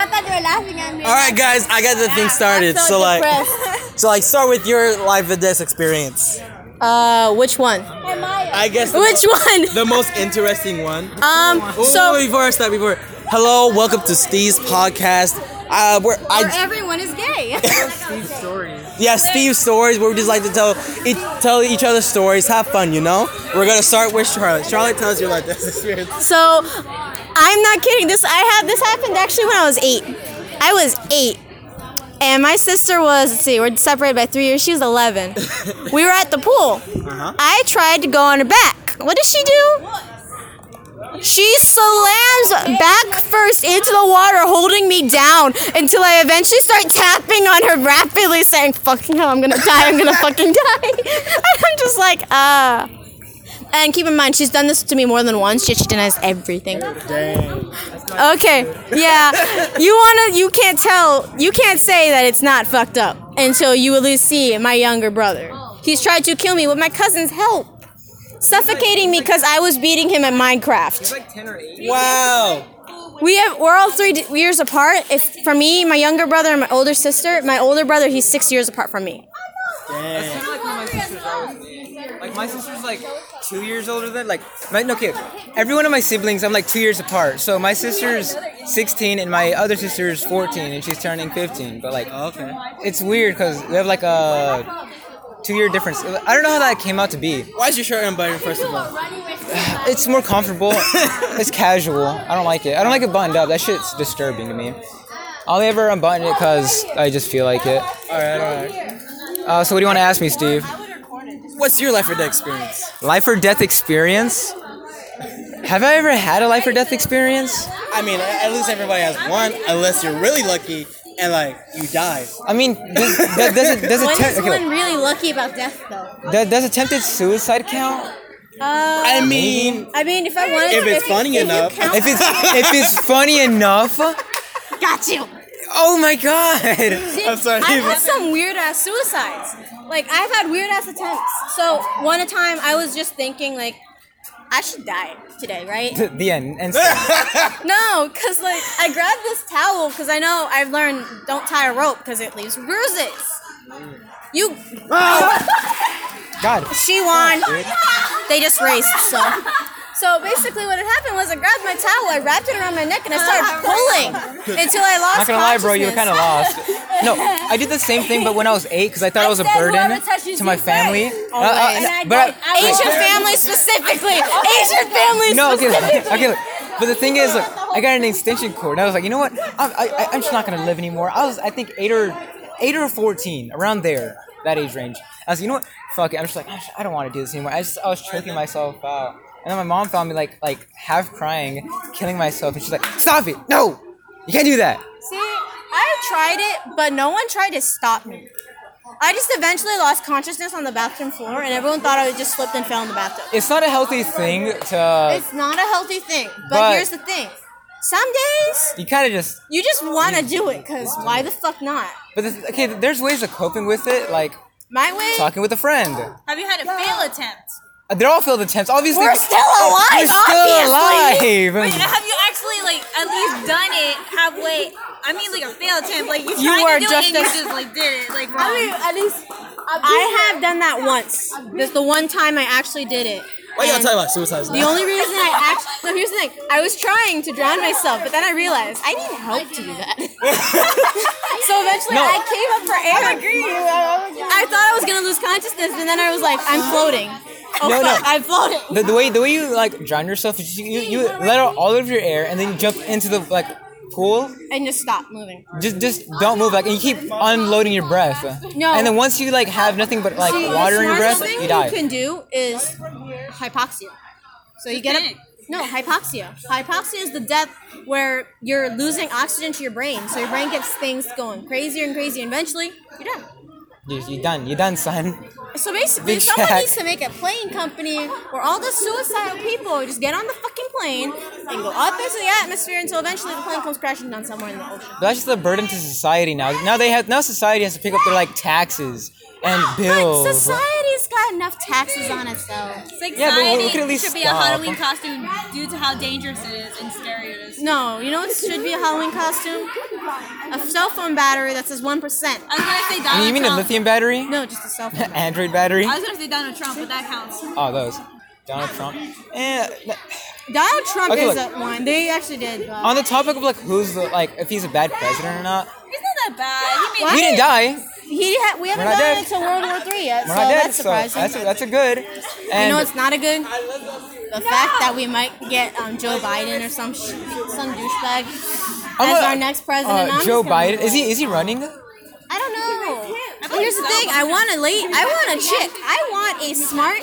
were laughing at me. All right, guys, I got the thing started. I'm So, so like, depressed. so like, start with your life and death experience. uh, which one? Hey, Maya. I guess the, Which one? the most interesting one. Um, Oh, so before I start, before hello, welcome to Steve's podcast. Uh, where Where I everyone is gay. yeah, Steve's stories where we just like to tell each, tell each other stories, have fun, you know. We're gonna start with Charlotte. Charlotte, tell us your life death experience. so I'm not kidding. This I had this happened actually when I was eight. I was eight. And my sister was, let's see, we're separated by three years. She was 11. we were at the pool. Uh-huh. I tried to go on her back. What does she do? She slams back first into the water, holding me down until I eventually start tapping on her rapidly, saying, Fucking hell, I'm gonna die, I'm gonna fucking die. And I'm just like, uh. And keep in mind, she's done this to me more than once, yet she denies everything. Okay, yeah. You wanna, you can't tell, you can't say that it's not fucked up until you at least see my younger brother. He's tried to kill me with my cousin's help, suffocating me because I was beating him at Minecraft. Wow. We have, we're all three d- years apart. If for me, my younger brother and my older sister, my older brother, he's six years apart from me. That's kind of like when my sisters are. Like my sister's like two years older than like my no okay. Every one of my siblings, I'm like two years apart. So my sister's 16 and my other sister's 14 and she's turning 15. But like Okay. it's weird because we have like a two year difference. I don't know how that came out to be. Why is your shirt unbuttoned first of all? It's more comfortable. it's casual. I don't like it. I don't like it buttoned up. That shit's disturbing to me. I only ever unbutton it because I just feel like it. All right, all right. Uh, so what do you want to ask me, Steve? What's your life or death experience? Life or death experience? Have I ever had a life or death experience? I mean, at least everybody has one, unless you're really lucky and like you die. I mean, does, does, does, it, does, When is attempt, okay, one really lucky about death, though? wait. does, does attempted suicide count? Uh, I mean, I mean, if I wanted if it's funny enough. If it's if it's funny enough. Got you. Oh my god! I'm sorry. I've had some weird ass suicides. Like I've had weird ass attempts. So one time I was just thinking like I should die today, right? The end. And No, because like I grabbed this towel because I know I've learned don't tie a rope because it leaves bruises. You, God. she won. They just raced, so. So basically, what had happened was I grabbed my towel, I wrapped it around my neck, and I started pulling until I lost. Not gonna lie, bro, you were kind of consciousness. lost. No, I did the same thing, but when I was eight, because I thought it was a said whoever burden touches to my you Oh, family. Uh, uh, Always. no, And I but did. I wait. was- Asian family specifically. Asian family No, okay, specifically. okay. Look. But the thing is, look, I got an extension cord, and I was like, you know what? I'm, I, I- I'm just not gonna live anymore. I was, I think, eight or eight or fourteen, around there, that age range. I was, like, you know what? Fuck it. I'm just like, "Gosh, I don't want to do this anymore. I just, I was choking myself out, and then my mom found me like, like half crying, killing myself, and she's like, stop it, no, you can't do that. See, I tried it, but no one tried to stop me. I just eventually lost consciousness on the bathroom floor, and everyone thought I just slipped and fell in the bathtub. It's not a healthy thing to. It's not a healthy thing, but, Uh, But- here's the thing. Some days, You kind of just you just want to do it, because why the fuck not? But this, okay, there's ways of coping with it, like My way, talking with a friend. Have you had a fail attempt? They're all filled with attempts. Obviously, we're still alive, We're still Wait, alive. have you actually like at least done it halfway? I mean, like a fail attempt. Like you You tried are to do just it and a- you just like did it like wrong. at least I have done that once. That's the one time I actually did it. Why y'all And- talking about suicides The now? only reason I actually no, here's the thing. I was trying to drown myself, but then I realized I need help to do that. so eventually No. I came up for air. I thought I was gonna lose consciousness, and then I was like, I'm floating. Oh No, no. fuck, I'm floating. the, the way the way you like drown yourself is you, you, you let out all of your air and then you jump into the like pool. And just stop moving. Just just don't move. Like and you keep unloading your breath. No. And then once you like have nothing but like See, the water in your smartest breath, thing you die. can do is hypoxia. So you get a no hypoxia. Hypoxia is the death where you're losing oxygen to your brain, so your brain gets things going crazier and crazier, and eventually you're done. You, you done. You done, son. So basically, Big someone Shaq. needs to make a plane company where all the suicidal people just get on the fucking plane and go up into the atmosphere until eventually the plane comes crashing down somewhere in the ocean. But that's just a burden to society now. Now they have now society has to pick up their like taxes and But bills. society's got had enough taxes on it though. It's like Yeah, but we- we signing could at least should be stop. a Halloween costume due to how dangerous it is and scary it is. No, you know what should be a Halloween costume? A cell phone battery that says one percent. I was gonna say I Donald mean, you mean a Trump. lithium battery? No, just a cell phone. Android battery? I was gonna say Donald Trump, but that counts. Oh, those. Donald Trump. Eh, n- Donald Trump is Okay, look. at one. They actually did. uh, on the topic of like who's the like if he's a bad president or not. He's not that bad. He made What? We didn't die. He ha- we haven't We're not gotten dead. into World War Three yet, We're so not dead. that's so surprising. that's a, that's a good. you And know, it's not a good. The fact that we might get um, Joe Biden or some sh- some douchebag I'm as a- our next president. uh, I'm Joe just gonna- Biden is he is he running? I don't know. And here's the thing: I want a late. I want a chick. I want a smart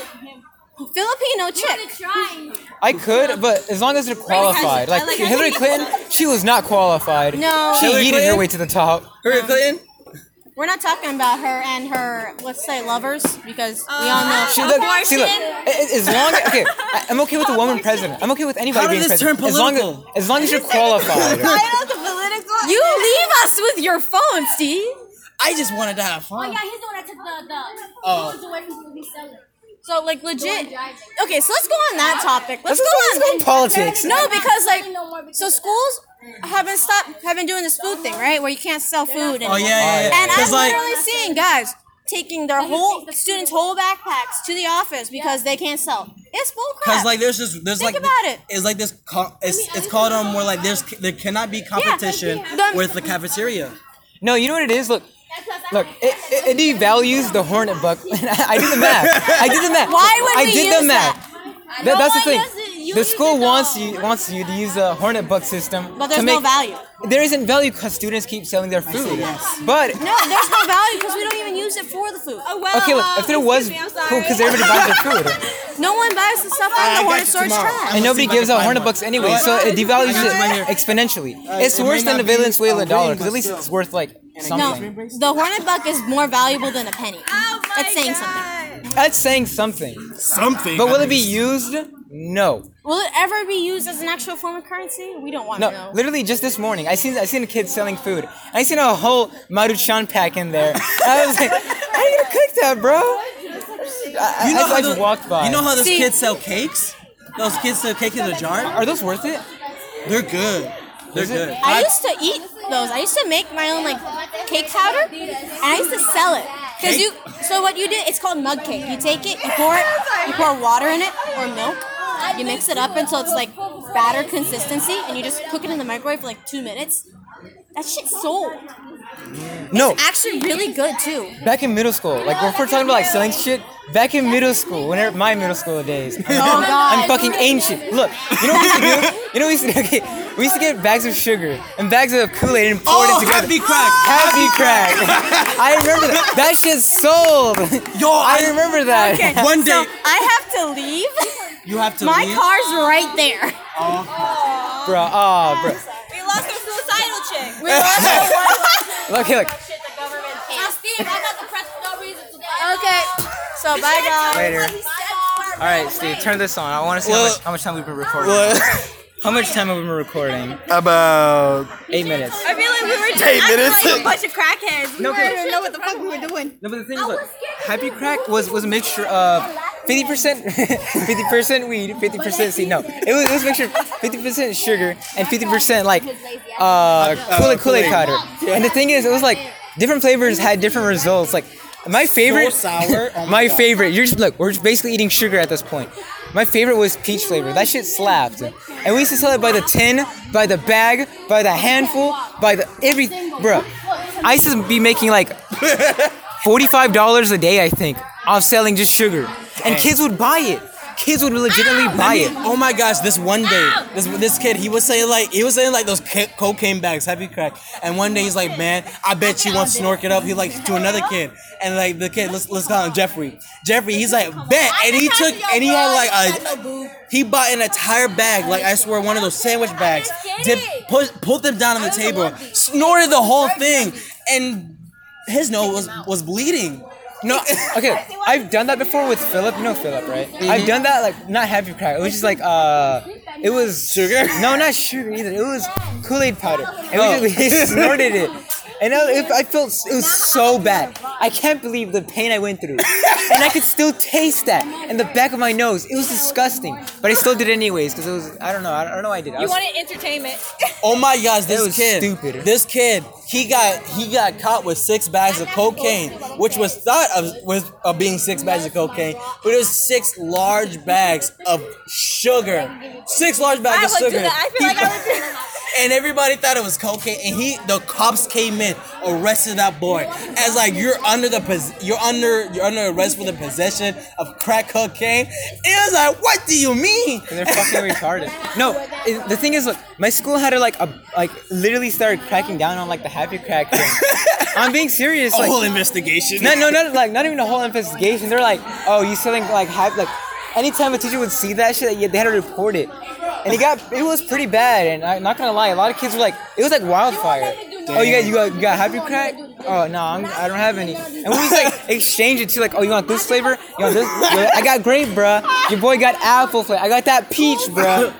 Filipino chick. I could, but as long as they're qualified. Like, I like- Hillary Clinton, she was not qualified. No. she Hillary yeeted her Clinton? way to the top. Hillary Clinton? We're not talking about her and her let's say lovers because we all know. She look, she look. a- a- As long okay, I- I'm okay with a woman president. I'm okay with anybody How did being this president. turn as long as, political? as long as you're qualified. You leave us with your phone, Steve. I just wanted to have fun. Yeah, he's the one that took the the. Oh. He was the one who was selling. So like legit. Okay, so let's go on that topic. Let's, Let's go, go- on let's go on politics. No, because like so schools haven't stopped haven't doing this food thing, right? Where you can't sell food. Oh, yeah, yeah, yeah. And I'm 'Cause, like, literally seeing guys taking their whole students' whole backpacks to the office because they can't sell. It's Cause bullcrap. like there's just there's Think like about it. it's like this co- it's it's called um where like there's there cannot be competition the- with the cafeteria. No, you know what it is. Look, look, it, it, it devalues the hornet buck. I did the math. I did the math. Why would I we did use the math. That, that's the one thing. The school wants you wants you to use the hornet buck system. But there's to no make- value. There isn't value because students keep selling their food. But no, there's no value because we don't even use it for the food. Oh, well, okay, look, um, if there excuse was, me, I'm sorry. because everybody buys their food. No one buys the stuff out I got of the you Hornet Storage tomorrow. trash. And nobody see if I gives can out find hornet one. bucks anyway, What? so it devalues I got it right here. it exponentially. Uh, It's it worse may than the not be Venezuela a dollar ring, because but at least still. it's worth like No, something. the Hornet Buck is more valuable than a penny. Oh my That's saying God. something. That's saying something. Something. But will it be used? No. Will it ever be used as an actual form of currency? We don't want No, to know. literally just this morning, I seen I seen a kid selling food. And I seen a whole maruchan pack in there. I was like, how you gonna cook that, bro? I, You I, know I, how just the- walked by. You know how those See- kids sell cakes? Those kids sell cake in a jar. are those worth it? They're good. They're Is it- good. I used to eat those. I used to make my own like cake powder, and I used to sell it. Cause you, so what you do? It's called mug cake. You take it, you pour it, you pour water in it or milk. You mix it up until it's like batter consistency, and you just cook it in the microwave for like two minutes. That shit sold. No. Actually, really good too. Back in middle school, like if we're talking about like selling shit, back in middle school, whenever my middle school days, Oh god. I'm fucking ancient. Look, you know what we used to do? You know what we used to do? Okay, we used to get bags of sugar and bags of Kool-Aid and pour Oh, it together. happy crack. Happy crack. I remember that. That shit sold. Yo, I I remember that. Okay, One day- so I have to leave. you have to My leave. car's right there. Bro, ah, bro. We lost our suicidal chick. Look, look. Now, Steve, I got depressed for no reason today. Okay. So bye guys. Later. All All right, Steve, turn this on. I want to see how, much, how much time we've been recording. How much time have we been recording? About Eight minutes. I feel like we were just Eight I feel minutes. like a bunch of crackheads. We No, didn't okay. even know what the fuck we were doing. No, but the thing is, look, Happy Crack was was a mixture of fifty percent, fifty percent weed, fifty percent seed. No, it was it was a mixture fifty percent sugar and fifty percent like uh Kool-Aid Kool-Aid powder. And the thing is, it was like different flavors had different results. Like my favorite, sour. Oh my my God. favorite. You're just, look, we're just basically eating sugar at this point. My favorite was peach flavor. That shit slapped. And we used to sell it by the tin, by the bag, by the handful, by the every. Bruh, I used to be making like forty-five dollars a day, I think, off selling just sugar, and kids would buy it. Kids would legitimately buy it. Oh my gosh! This one day, this this kid, he was saying like he was saying like those ca- cocaine bags, heavy crack. And one day he's like, "Man, I bet you won't snork it up." He like to another kid, and like the kid, let's let's call him Jeffrey. Jeffrey, he's like, "Bet," and he took and he had like a he bought an entire bag, like I swear, one of those sandwich bags. Dip, push, pulled them down on the table, snorted the whole thing, and his nose was was bleeding. No, okay. I've done that before with Philip. You know Philip, right? I've done that like not happy crack. It was just like uh, it was Sugar? No, not sugar either. It was Kool Aid powder, and we just we snorted it. And I, it, I felt s- it was so bad. I can't believe the pain I went through. and I could still taste that in the back of my nose. It was disgusting, but I still did it anyways because it was. I don't know. I don't know. Why I did. it. I You was, wanted entertainment. Oh my gosh, this was kid, stupid. this kid, he got he got caught with six bags of cocaine, which was thought of was of being six bags of cocaine, but it was six large bags of sugar, six large bags I of would sugar. do that. I feel like I would do that. and everybody thought it was cocaine. And he, the cops came in, arrested that boy. As like you're under the pos- you're under you're under arrest for the possession of crack cocaine. And I was like, what do you mean? They're fucking retarded. No, it, the thing is, look, my school had to like, a, like literally started cracking down on like the happy crack thing. I'm being serious. A like, whole investigation. no, no, not like not even a whole investigation. They're like, oh, you selling like hype. Like, anytime a teacher would see that shit, yeah, they had to report it. And it got it was pretty bad. And I'm not gonna lie, a lot of kids were like, it was like wildfire. Oh, you got you got you got happy crack? Oh no, I'm, I don't have any. And we just like exchange it too. Like, oh, you want this flavor? You want this? Yeah, I got grape, bruh. Your boy got apple flavor. I got that peach, bruh.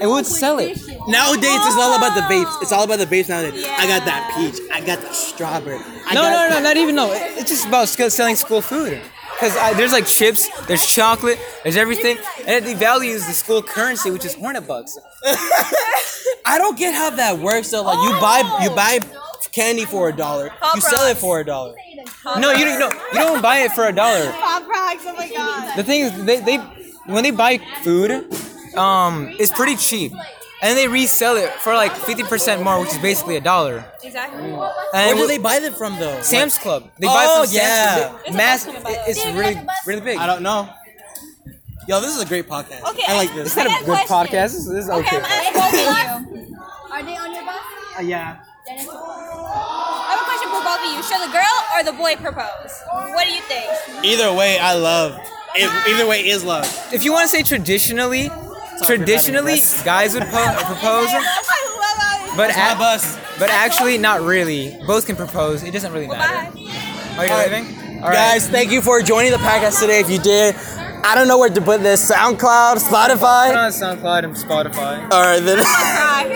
And we would sell it. Nowadays, it's all about the vapes. It's all about the vapes nowadays. I got that peach. I got the strawberry. I no, got no, no, not even no. It- It's just about skill selling school food. Cause I, there's like chips, there's chocolate, there's everything, and it devalues the school currency, which is hornet bucks. I don't get how that works though. Like you buy you buy candy for a dollar. You sell it for a dollar. No, you don't. No, you don't buy it for a dollar. Pop rocks. Oh my god. The thing is, they, they when they buy food, um, it's pretty cheap, and they resell it for like fifty percent more, which is basically a dollar. Exactly. And Where do they buy them from though? Sam's Club. They Oh, buy it from yeah. Sam's Club. They- Mass. It's really, really big. Like, I don't know. Yo, this is a great podcast. Okay, I like I- this. It's not I a got good a question. podcast. This is, this is Okay, okay. I'm asking both of you. Are they on your bus? Uh, yeah. I have a question for both of you. Should the girl or the boy propose? What do you think? Either way, I love. If, either way is love. if you want to say traditionally, traditionally guys would po- propose, I love but It's my ac- bus. but actually not really. Both can propose. It doesn't really matter. Bye. Are you Alright. leaving? All Guys, thank you for joining the podcast today. If you did, I don't know where to put this. SoundCloud, Put Spotify. on SoundCloud and Spotify. All right then. Bye.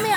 Mommy,